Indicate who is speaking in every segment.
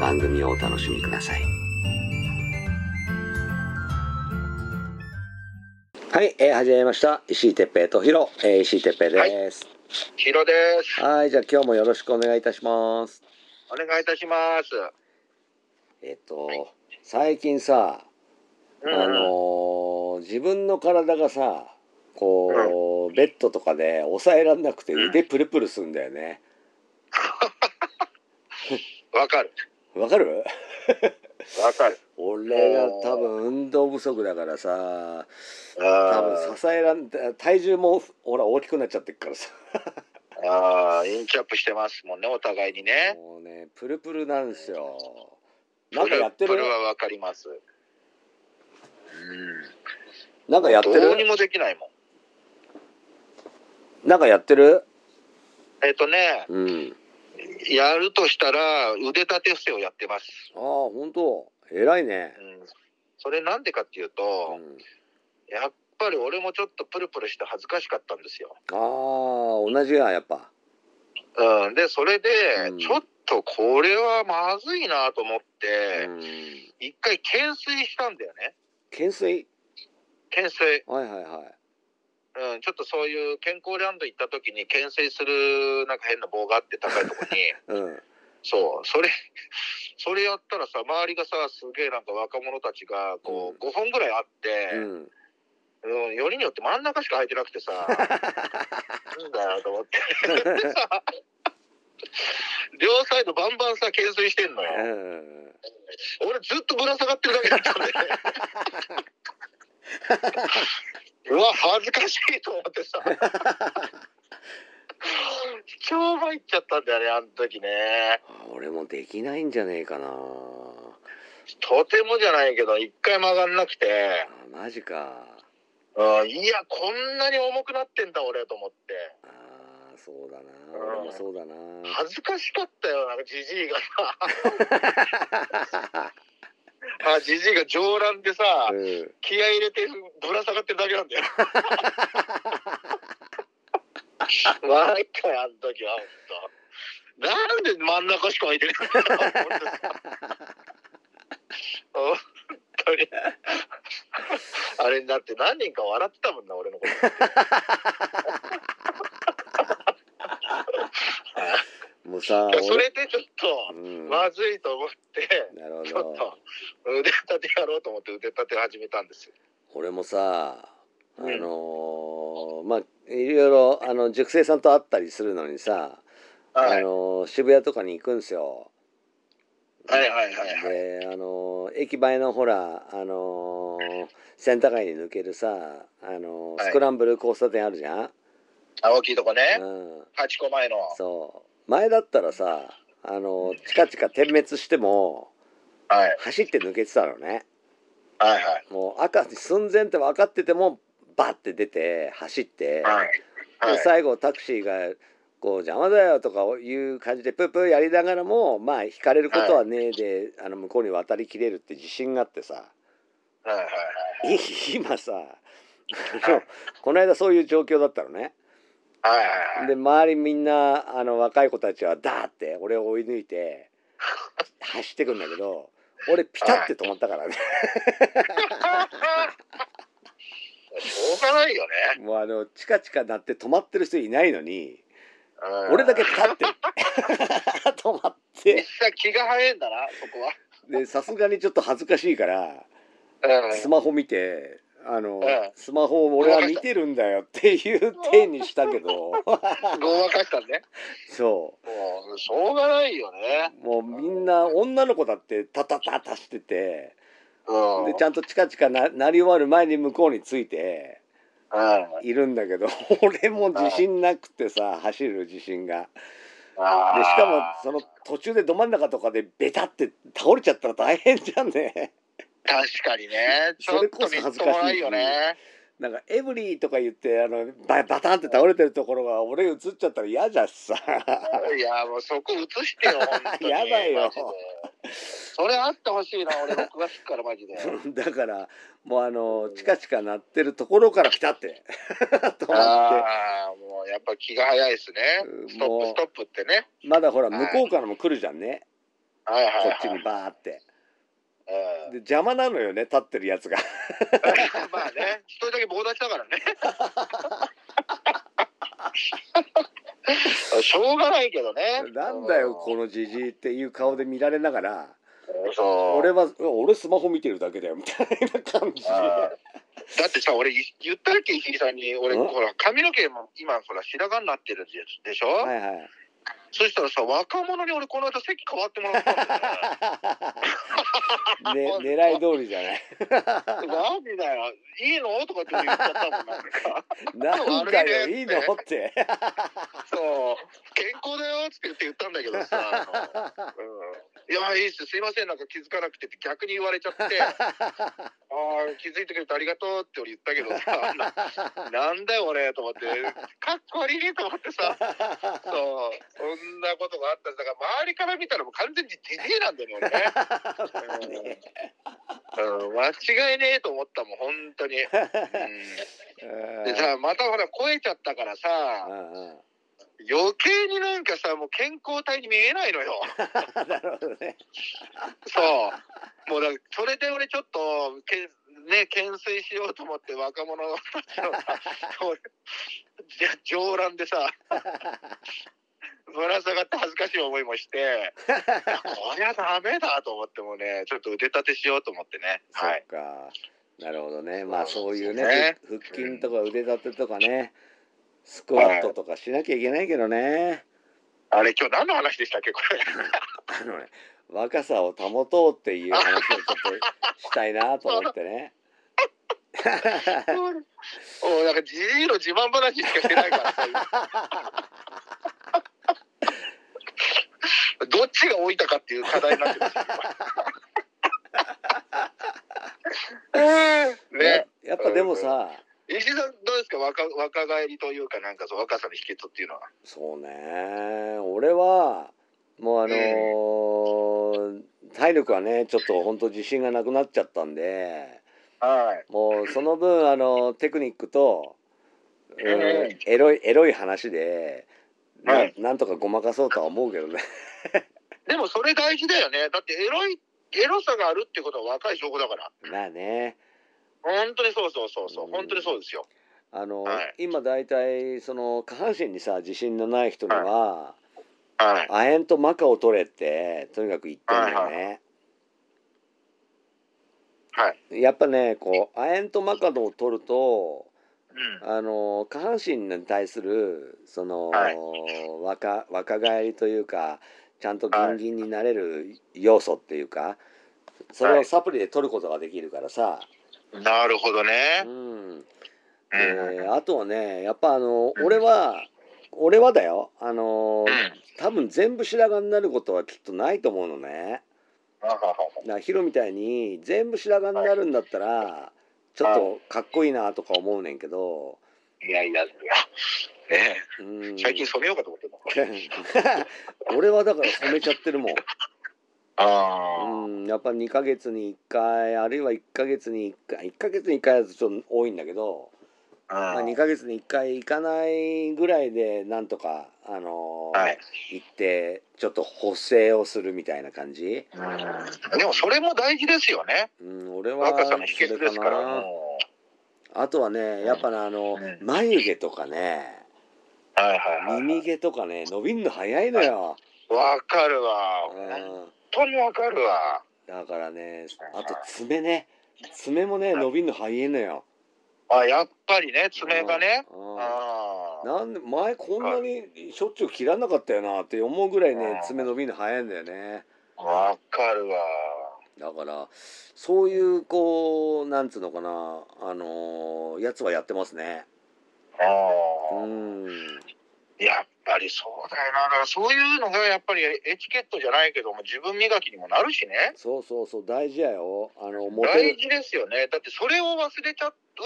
Speaker 1: 番組をお楽しみください。はい、えー、始めました。石井哲平とひろ、えー、石井哲平です。
Speaker 2: ヒロです。
Speaker 1: はい、じゃあ今日もよろしくお願いいたします。
Speaker 2: お願いいたします。
Speaker 1: えっ、と、
Speaker 2: はい
Speaker 1: 最近さ、
Speaker 2: うん
Speaker 1: あのー自分の体がさこう、ベッドとかで抑えられなくて
Speaker 2: うん
Speaker 1: 腕プルプルすんだよね
Speaker 2: わかる。
Speaker 1: わかる
Speaker 2: わかる。
Speaker 1: 俺が多分運動不足だからさ多分
Speaker 2: あ
Speaker 1: 支えらん体重もほら大きくなっちゃってっからさ
Speaker 2: ーあー、インチアップしてますもんね、お互いにね。
Speaker 1: もうねプルプルなんですよ
Speaker 2: プ
Speaker 1: なんかやってる
Speaker 2: ルプルはわかります。うん。
Speaker 1: なんかやって
Speaker 2: どうに
Speaker 1: る
Speaker 2: もできないもん。
Speaker 1: なんかやってる
Speaker 2: えっ、とね、
Speaker 1: うん
Speaker 2: やるとしたら腕立て伏せをやってます。
Speaker 1: ああ本当偉いね
Speaker 2: うん。それなんでかっていう
Speaker 1: う
Speaker 2: と、
Speaker 1: ん
Speaker 2: やっぱり俺もちょっとプルプルして恥ずかしかったんですよ。
Speaker 1: ああ同じややっぱ
Speaker 2: うん。で、それで
Speaker 1: うん、
Speaker 2: ちょっとこれはまずいなと思って、
Speaker 1: うん
Speaker 2: 一回懸垂したんだよね
Speaker 1: 懸垂
Speaker 2: 懸垂、
Speaker 1: はいはいはい
Speaker 2: うん、ちょっとそういう健康ランド行った時に懸垂するなんか変な棒があって高いとこ に
Speaker 1: うん
Speaker 2: そうそれそれやったらさ周りがさすげえなんか若者たちがこう5本ぐらいあって、
Speaker 1: う
Speaker 2: うん
Speaker 1: ん
Speaker 2: よりによって真ん中しか空いてなく てさなんだよと思ってでさ両サイドバンバンさ懸垂してんのよ
Speaker 1: うん
Speaker 2: 俺ずっとぶら下がってるだけだったん でうわ恥ずかしいと思ってさ超参っちゃったんだよねあの時ね
Speaker 1: 俺もできないんじゃねえかな
Speaker 2: とてもじゃないけど一回曲がんなくて
Speaker 1: あ、マジか
Speaker 2: うん、いやこんなに重くなってんだ俺と思って
Speaker 1: あーそうだな
Speaker 2: うん
Speaker 1: 俺もそうだな
Speaker 2: 恥ずかしかったよなんかじじいが さあじじいが上乱でさ
Speaker 1: うん
Speaker 2: 気合い入れてぶら下がってるだけなん だよわかるあの時は本当なんで真ん中しか空いてないんだろうと思ってさ本当にあれになって何人か笑ってたもんな俺のこと
Speaker 1: もうさ
Speaker 2: それでちょっと
Speaker 1: 俺うんな
Speaker 2: まずいと思って
Speaker 1: るほ
Speaker 2: ちょっ
Speaker 1: ど
Speaker 2: と腕立てやろうと思って腕立て始めたんですよ
Speaker 1: 俺もさあ
Speaker 2: うん
Speaker 1: のーまあいろいろあの塾生さんと会ったりするのにさ、
Speaker 2: は
Speaker 1: あ
Speaker 2: い
Speaker 1: のー渋谷とかに行くんですよ
Speaker 2: はいはいはいはい
Speaker 1: であの駅前のほらあのセンター街に抜けるさあの
Speaker 2: はい
Speaker 1: スクランブル交差点あるじゃん、
Speaker 2: あ大きいとこね
Speaker 1: うん、
Speaker 2: 8個前の
Speaker 1: そう前だったらさあのチカチカ点滅しても
Speaker 2: はい
Speaker 1: 走って抜けてたのね
Speaker 2: はいはい
Speaker 1: もう赤寸前って分かっててもバッて出て走って、
Speaker 2: はいは
Speaker 1: で
Speaker 2: い
Speaker 1: 最後タクシーがこう邪魔だよとかいう感じでプープーやりながらもまあ引かれることはねえで、あの向こうに渡りきれるって自信があってさ
Speaker 2: はいはい
Speaker 1: い今さあのこの間そういう状況だったのね
Speaker 2: はいはい
Speaker 1: で周りみんなあの若い子たちはダーって俺を追い抜いて走ってくんだけど俺ピタって止まったからね
Speaker 2: しょうがないよね
Speaker 1: もうあのチカチカ鳴って止まってる人いないのに
Speaker 2: うん
Speaker 1: 俺だけピタって 止まって
Speaker 2: 実際気が早いんだなそこは
Speaker 1: でさすがにちょっと恥ずかしいから
Speaker 2: うん
Speaker 1: スマホ見てあの
Speaker 2: ええ
Speaker 1: スマホを俺は見てるんだよっていう手にしたけど
Speaker 2: ごまかしたね。
Speaker 1: そ
Speaker 2: もう、しょうがないよね。
Speaker 1: うもうみんな女の子だってタタタタしてて
Speaker 2: うん。
Speaker 1: でちゃんとチカチカななり終わる前に向こうについて
Speaker 2: うん
Speaker 1: いるんだけど 俺も自信なくてさ走る自信が。
Speaker 2: あー
Speaker 1: でしかもその途中でど真ん中とかでベタって倒れちゃったら大変じゃんね。
Speaker 2: 確かにね。ちょっとみっともないよね。
Speaker 1: なんか「エブリー」とか言ってあのババタンって倒れてるところが俺映っちゃったら嫌じゃっさ
Speaker 2: いや、もうそこ映してよ、本当に。
Speaker 1: やだよ
Speaker 2: マジでそれあってほしいな、俺、録画すっから、マ ジで。
Speaker 1: だからもうあのチカチカ鳴ってるところからピタって 止まっ
Speaker 2: ああ、もうやっぱ気が早いですね。ストッ
Speaker 1: もう
Speaker 2: プ、ストップってね。
Speaker 1: てまだほら向こうからも来るじゃんね
Speaker 2: はいはい、
Speaker 1: こ
Speaker 2: はい。
Speaker 1: っちにバーって
Speaker 2: うん
Speaker 1: で邪魔なのよね立ってるや つが
Speaker 2: まあね、一人だけ棒立ちだから ね。しょうがないけどね。
Speaker 1: なんだよこのじじいっていう顔で見られながら
Speaker 2: そう
Speaker 1: 俺はうわ俺スマホ見てるだけだよみたいな感じ
Speaker 2: あーだってさ、俺い言ったっけ、石井さんに、俺、
Speaker 1: うん
Speaker 2: ほら、髪の毛も今、ほら、白髪になってるやつでしょ、
Speaker 1: はいは い
Speaker 2: そしたらさ、若者に俺、この間、席変わってもら ったんだよ
Speaker 1: ね
Speaker 2: ね
Speaker 1: 狙い通りじゃ ない
Speaker 2: マジだよ、いいのとかって言っちゃったもん、なんか、
Speaker 1: なんだよいいのって
Speaker 2: そう、健康だよっつって言って言ったんだけどさ、あのうん、いや、いいっす、すいません、なんか気づかなくてって逆に言われち ゃって、ああ、気づいてくれてありがとうって俺言ったけど さ、ななんだよ、俺、と思って、かっこ悪いと思ってさ。 そう、そんなことがあったんだから、周りから見たらもう完全にじじいなんだよね、俺ね。 うん、間違いねえと思ったもん、本当 に。うんでさ、またほら、超えちゃったからさ、
Speaker 1: うんうん
Speaker 2: 余計になんかさ、もう健康体に見えないのよ。
Speaker 1: なるほどね。
Speaker 2: そう。もうだからそれで俺ちょっと、けね、懸垂しようと思って若者たちのさ、 俺じゃ上乱でさ、ぶら下がって恥ずかしい思いもして、こりゃダメだと思ってもね、ちょっと腕立てしようと思ってね。
Speaker 1: そ
Speaker 2: はい。
Speaker 1: うか。なるほどね。まあそういうね
Speaker 2: ね
Speaker 1: ふ腹筋とか腕立てとかね、スクワットとかしなきゃいけないけどね。
Speaker 2: あれ、今日何の話でしたっけ、これ。
Speaker 1: あのね若さを保とうっていう話をちょっとしたいなと思ってね。
Speaker 2: おなんかじじいの自慢話しかしてないからさ、 今どっちが置いたかっていう課題になってます よ今ね
Speaker 1: ややっぱでもさ、
Speaker 2: 石井さんどうですか若若返りというかなんかそう若さの秘訣っていうのは
Speaker 1: そうね。俺はもうあのー体力はねちょっと本当自信がなくなっちゃったんで。
Speaker 2: はい
Speaker 1: もうその分あのテクニックと、うん
Speaker 2: うん
Speaker 1: エロいエロい話でな,、
Speaker 2: はい
Speaker 1: なんとかごまかそうとは思うけどね
Speaker 2: でもそれ大事だよねだってエロいエロさがあるってことは若い証拠だから
Speaker 1: まあね
Speaker 2: 本当にそうそうそうそう
Speaker 1: うん
Speaker 2: 本当にそうですよ
Speaker 1: あの、
Speaker 2: はい
Speaker 1: 今大体その下半身にさ自信のない人には、
Speaker 2: はい
Speaker 1: 亜鉛とマカを取れってとにかく言ってんだよね、
Speaker 2: はい
Speaker 1: やっぱねこう亜鉛とマカドを取ると
Speaker 2: うん
Speaker 1: あの下半身に対するその、
Speaker 2: はい
Speaker 1: 若若返りというかちゃんとギンギンになれる要素っていうか、それをサプリで取ることができるからさ、
Speaker 2: なるほどね
Speaker 1: う。ん
Speaker 2: うん。
Speaker 1: であとはねやっぱあの
Speaker 2: うん
Speaker 1: 俺は俺はだよあの
Speaker 2: うん
Speaker 1: 多分全部白髪になることはきっとないと思うのねだからヒロみたいに全部白髪になるんだったらちょっとかっこいいなとか思うねんけど、
Speaker 2: いやいや、いやね
Speaker 1: うん
Speaker 2: え、最近染めようかと思ってた。
Speaker 1: 俺はだから染めちゃってるもん
Speaker 2: あ
Speaker 1: うん、やっぱ2ヶ月に1回あるいは1ヶ月に1回1ヶ月に1回だとちょっと多いんだけど、
Speaker 2: あ
Speaker 1: まあ、2ヶ月に1回行かないぐらいでなんとか、あのー
Speaker 2: はい。
Speaker 1: 行ってちょっと補正をするみたいな感じ、
Speaker 2: でもそれも大事ですよね。
Speaker 1: うん、俺は
Speaker 2: 若さの秘
Speaker 1: それ
Speaker 2: 訣で
Speaker 1: か
Speaker 2: すから。
Speaker 1: な
Speaker 2: も
Speaker 1: あとはねやっぱねあの
Speaker 2: うん
Speaker 1: 眉毛とかね
Speaker 2: うはいはいは
Speaker 1: 耳毛とかね伸びんの早いのよ、
Speaker 2: い。わかるわ。
Speaker 1: うん
Speaker 2: 本当にわかるわ。
Speaker 1: だからねあと爪ね爪もね伸びんの早いのよ
Speaker 2: あ、やっぱりね、爪がね。
Speaker 1: うん
Speaker 2: ああ。
Speaker 1: なんで前こんなにしょっちゅう切らなかったよなって思うぐらいね
Speaker 2: うん
Speaker 1: 爪伸びるの早いんだよね
Speaker 2: わかるわ。
Speaker 1: だからそういうこうなんつうのかなあのーやつはやってますね
Speaker 2: あ
Speaker 1: う
Speaker 2: あ。
Speaker 1: ん
Speaker 2: やっぱりそうだよな。だからそういうのがやっぱりエチケットじゃないけども、自分磨きにもなるしね。
Speaker 1: そうそうそう大事やよあのモテ
Speaker 2: 大
Speaker 1: る
Speaker 2: 事ですよね。だってそれを忘れちゃうと、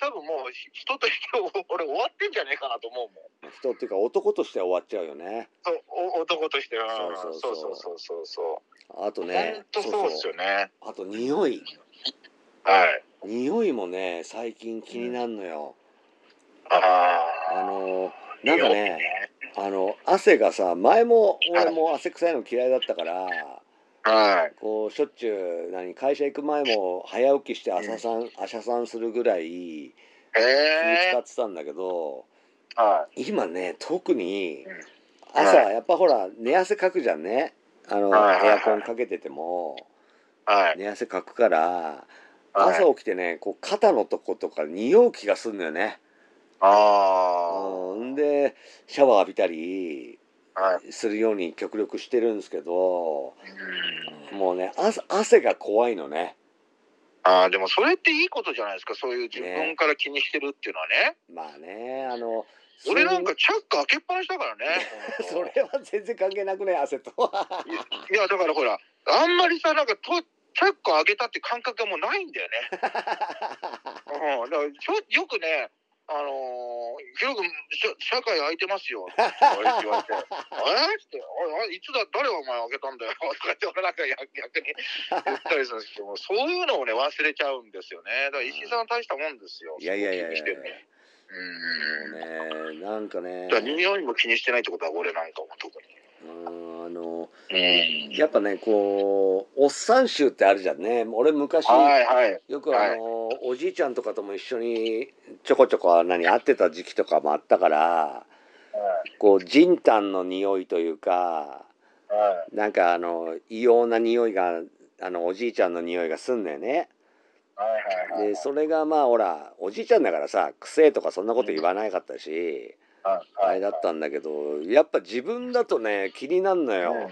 Speaker 2: 多分もう人として 俺終わってんじゃねえかなと思うもん。
Speaker 1: 人っていうか男としては終わっちゃうよね
Speaker 2: そうお男としては
Speaker 1: そ
Speaker 2: そうう
Speaker 1: そ
Speaker 2: そうう
Speaker 1: そう
Speaker 2: そうそうそ
Speaker 1: あと
Speaker 2: う。
Speaker 1: ね
Speaker 2: 本当そうですよね。
Speaker 1: あと匂い
Speaker 2: はい。
Speaker 1: 匂いもね最近気になるのよ
Speaker 2: あ
Speaker 1: あ
Speaker 2: あ。
Speaker 1: のーなんか
Speaker 2: いいよ
Speaker 1: ねあの汗がさ前も俺も汗臭いの嫌いだったから
Speaker 2: はい。
Speaker 1: こうしょっちゅう何会社行く前も早起きして朝さん朝さんするぐらい
Speaker 2: え
Speaker 1: 気
Speaker 2: え
Speaker 1: 使ってたんだけど
Speaker 2: はい。
Speaker 1: 今ね特に
Speaker 2: うん
Speaker 1: 朝
Speaker 2: は
Speaker 1: やっぱほら寝汗かくじゃんねあの
Speaker 2: はいはい
Speaker 1: エ
Speaker 2: はい
Speaker 1: アコンかけてても
Speaker 2: はい。
Speaker 1: 寝汗かくから
Speaker 2: はい
Speaker 1: 朝起きてねこう肩のとことか匂う気がするんだよね。
Speaker 2: あ
Speaker 1: うんでシャワー浴びたり
Speaker 2: あ。はい。
Speaker 1: するように極力してるんですけど
Speaker 2: うん
Speaker 1: もうね汗汗が怖いのね。
Speaker 2: ああ、でもそれっていいことじゃないですか。そういう自分から気にしてるっていうのはね。
Speaker 1: まあねあの。
Speaker 2: 俺なんかチャック開けっぱなしだ からね
Speaker 1: それ は全然関係なくね汗と
Speaker 2: いや、だからほら、あんまりさ、なんかと、チャック開けたって感覚がもうないんだよね。うん、だからちょよくね、あのー、ヒロ君、社社会空いてますよ。って言われて、えーって、あれ、いつだ、誰がお前開けたんだよ。とかって、俺なんか逆逆に言ったりするんですけど、そういうのをね、忘れちゃうんですよね。だから石井さん大したもんですよ。
Speaker 1: いやいやいやいや
Speaker 2: 気にしてるのうん。だ
Speaker 1: もうねなんかね
Speaker 2: から匂いも気にしてないってことは、俺なんかも特に。
Speaker 1: うんあの
Speaker 2: うん。
Speaker 1: やっぱねこうおっさん臭ってあるじゃんね俺昔
Speaker 2: はいはい。
Speaker 1: よくあのおじいちゃんとかとも一緒にちょこちょこ何会ってた時期とかもあったからこうじんたんの匂いというか
Speaker 2: は
Speaker 1: なんかあの異様な匂いがあのおじいちゃんの匂いがすんだよね。
Speaker 2: いはいはいはい。
Speaker 1: でそれがまあほらおじいちゃんだからさくせえとかそんなこと言わなかったし、あれだったんだけどやっぱ自分だとね気になんのよ。
Speaker 2: うん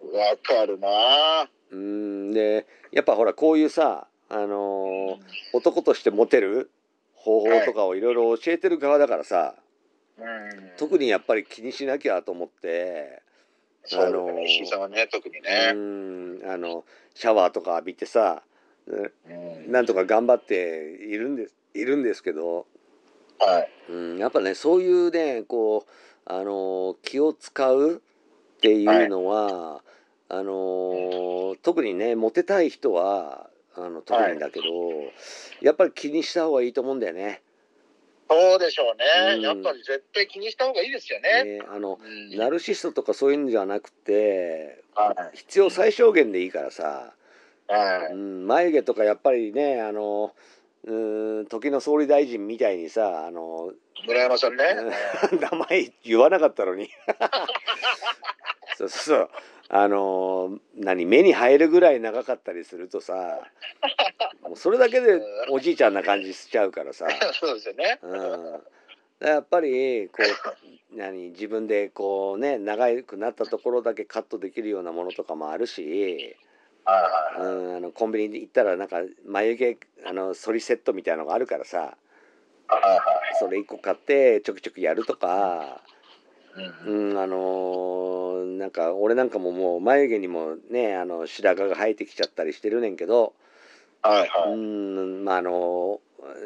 Speaker 2: わかるな
Speaker 1: うんでやっぱほらこういうさ、あのー男としてモテる方法とかをいろいろ教えてる側だからさ
Speaker 2: うん
Speaker 1: 特にやっぱり気にしなきゃと思って。
Speaker 2: そうです
Speaker 1: あの
Speaker 2: ね、
Speaker 1: ー
Speaker 2: 石井さんはね、特に
Speaker 1: う
Speaker 2: ね。
Speaker 1: んあのシャワーとか浴びてさ
Speaker 2: うん
Speaker 1: なんとか頑張っているんですいるんですけど
Speaker 2: はい。
Speaker 1: うん、やっぱねそういうねこう、あのー気を使うっていうのは、あのー特にねモテたい人はあの特にだけど、やっぱり気にした方がいいと思うんだよね。
Speaker 2: そうでしょう
Speaker 1: うん
Speaker 2: ね。やっぱり絶対気にした方がいいですよね。
Speaker 1: ねあの
Speaker 2: うん
Speaker 1: ナルシストとかそういうのじゃなくて
Speaker 2: はい
Speaker 1: 必要最小限でいいからさ、
Speaker 2: は
Speaker 1: う
Speaker 2: い
Speaker 1: ん、眉毛とかやっぱりねあのうん時の総理大臣みたいにさあの
Speaker 2: 村山さんね。
Speaker 1: 名前言わなかったの にそうそうそうあのー何目に入るぐらい長かったりするとさもうそれだけでおじいちゃんな感じしちゃうからさ、
Speaker 2: そうですよね。
Speaker 1: うん、だからやっぱりこう何自分でこうね長くなったところだけカットできるようなものとかもあるし、
Speaker 2: は
Speaker 1: うん、あのコンビニで行ったらなんか眉毛あの剃りセットみたいなのがあるからさ
Speaker 2: いはいは
Speaker 1: それ1個買ってちょきちょきやるとか。
Speaker 2: いはい。
Speaker 1: うん、あのーなんか俺なんかももう眉毛にもねあの白髪が生えてきちゃったりしてるねんけど、
Speaker 2: はいは
Speaker 1: う
Speaker 2: い。
Speaker 1: んまああの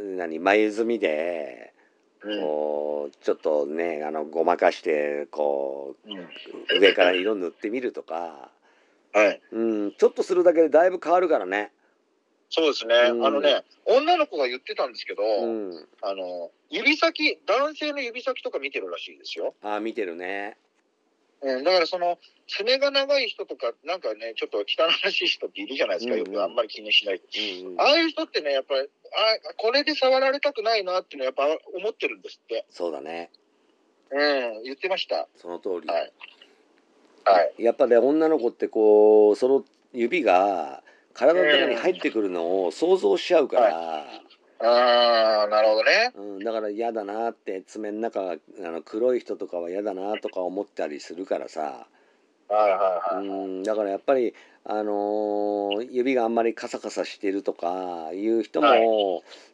Speaker 1: ー何眉積みで
Speaker 2: うん
Speaker 1: こうちょっとねあのごまかしてこ
Speaker 2: うん
Speaker 1: う上から色塗ってみるとか、
Speaker 2: はい。
Speaker 1: うん、ちょっとするだけでだいぶ変わるからね。
Speaker 2: そうですね。
Speaker 1: うん
Speaker 2: あのね、女の子が言ってたんですけど、
Speaker 1: うん、
Speaker 2: あの、指先、男性の指先とか見てるらしいですよ。
Speaker 1: あー見てるね。
Speaker 2: うん、だからその爪が長い人とかなんかねちょっと汚らしい人っているじゃないですか、
Speaker 1: うんうん
Speaker 2: よくあんまり気にしない
Speaker 1: うんうん
Speaker 2: ああいう人ってねやっぱりあこれで触られたくないなっていうのはやっぱ思ってるんですって
Speaker 1: そうだね
Speaker 2: うん言ってました
Speaker 1: その通り。
Speaker 2: はいはい
Speaker 1: やっぱね女の子ってこうその指が体の中に入ってくるのを想像しちゃうから、
Speaker 2: ああ、なるほどね。
Speaker 1: うん、だから嫌だなって爪の中があの黒い人とかは嫌だなとか思ったりするからさ、
Speaker 2: はいはいはい。
Speaker 1: うん、だからやっぱり、あのー指があんまりカサカサしてるとかいう人も、
Speaker 2: はい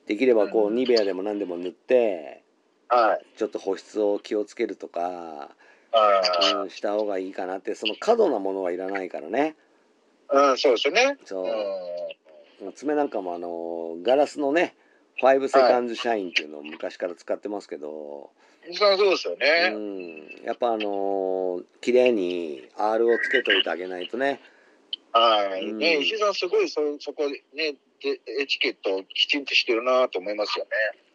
Speaker 1: できればこう
Speaker 2: うん
Speaker 1: ニベアでも何でも塗って
Speaker 2: はい。
Speaker 1: ちょっと保湿を気をつけるとか、
Speaker 2: は
Speaker 1: うん、した方がいいかなってその過度なものはいらないからね
Speaker 2: い。うん、そうですよね。。、
Speaker 1: そううん爪なんかもあのガラスのね5セカンズシャインっていうのを昔から使ってますけど、
Speaker 2: そうですよね。
Speaker 1: うん、やっぱあのー綺麗に R をつけといてあげないとね
Speaker 2: はい、
Speaker 1: う
Speaker 2: ね、
Speaker 1: ん
Speaker 2: 石井さん、すごいそそこ、ね、でエチケットをきちんとしてるなと思いますよね。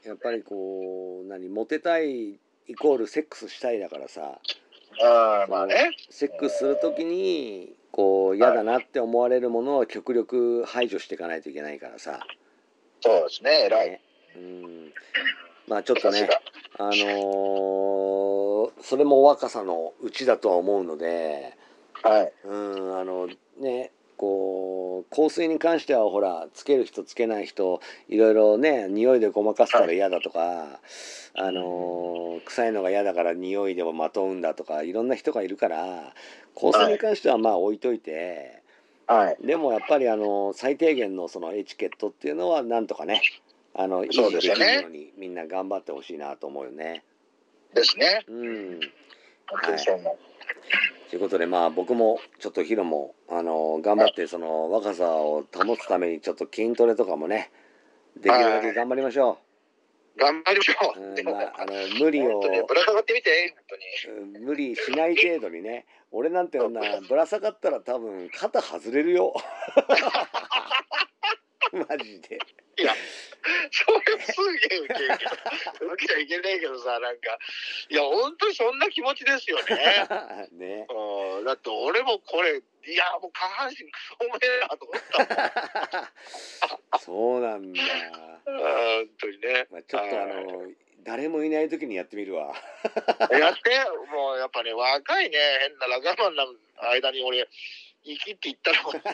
Speaker 1: やっぱりこう何モテたいイコールセックスしたいだからさ
Speaker 2: ああ、まあね。
Speaker 1: セックスする時にこう嫌だなって思われるものは極力排除していかないといけないからさ、
Speaker 2: そうですね、偉い。
Speaker 1: ねうん、まあちょっと
Speaker 2: さす
Speaker 1: ね
Speaker 2: が。
Speaker 1: あのーそれも若さのうちだとは思うので
Speaker 2: はい。
Speaker 1: うんあのねこう香水に関してはほらつける人つけない人いろいろね匂いでごまかすから嫌だとか、あのー臭いのが嫌だから匂いでもまとうんだとかいろんな人がいるから香水に関してはまあ置いといて、
Speaker 2: はい。
Speaker 1: でもやっぱりあの最低限のそのエチケットっていうのはなんとかねあの維
Speaker 2: そう
Speaker 1: 持
Speaker 2: で
Speaker 1: ですき
Speaker 2: よね
Speaker 1: るようにみんな頑張ってほしいなと思うよね。
Speaker 2: ですね。
Speaker 1: うん
Speaker 2: 本当にそう思う。
Speaker 1: ということでまあ僕もちょっとヒロもあの頑張ってその若さを保つためにちょっと筋トレとかもねできるだけ頑張りましょ
Speaker 2: 頑張りましょ
Speaker 1: う、
Speaker 2: う。
Speaker 1: う
Speaker 2: で
Speaker 1: ん
Speaker 2: も、
Speaker 1: まあ、あの無理
Speaker 2: 本
Speaker 1: を
Speaker 2: 当にぶら下がってみて、本当に。
Speaker 1: うん無理しない程度にね俺なんて女ぶら下がったら多分肩外れるよ マジで
Speaker 2: それすげえ受けるけど、受けちゃいけないけどさ、なんか、いや、本当にそんな気持ちですよ ね。
Speaker 1: ね
Speaker 2: うん、だって俺もこれ、いや、もう下半身クソおめえなと思ったもん。
Speaker 1: そうなんだ、
Speaker 2: うん本当に ね。
Speaker 1: まあ、ちょっとあの誰もいない時にやってみるわ
Speaker 2: やって、もうやっぱね、若いね、変なラガマンな間に俺、生きって言ったら、本当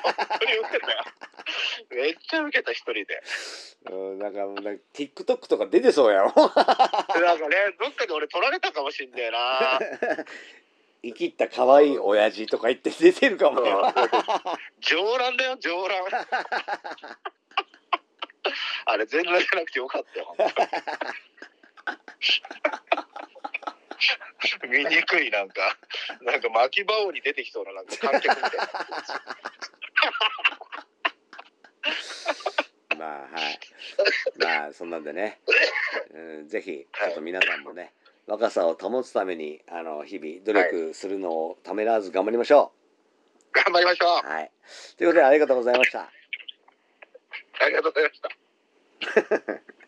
Speaker 2: に受け たよ。めっちゃ受けた、一人で。
Speaker 1: うんなんかもうなんか TikTok とか出てそうやろ
Speaker 2: なんかね、どっかで俺取られたかもしんねえな。
Speaker 1: 生きった可愛い親父とか言って出てるかもよ。
Speaker 2: 上乱だよ、上乱。あれ、全裸じゃなくてよかったよ、本当に見にくい、なんか、なんか巻き場王に出てきそうな、なんか観客みたいな。
Speaker 1: まあはい。まあそんなんでね、うん、ぜひちょっと皆さんもね、若さを保つためにあの日々努力するのをためらわず頑張りましょ
Speaker 2: 頑張りましょう。
Speaker 1: う。はい。ということでありがとうございました。
Speaker 2: ありがとうございました。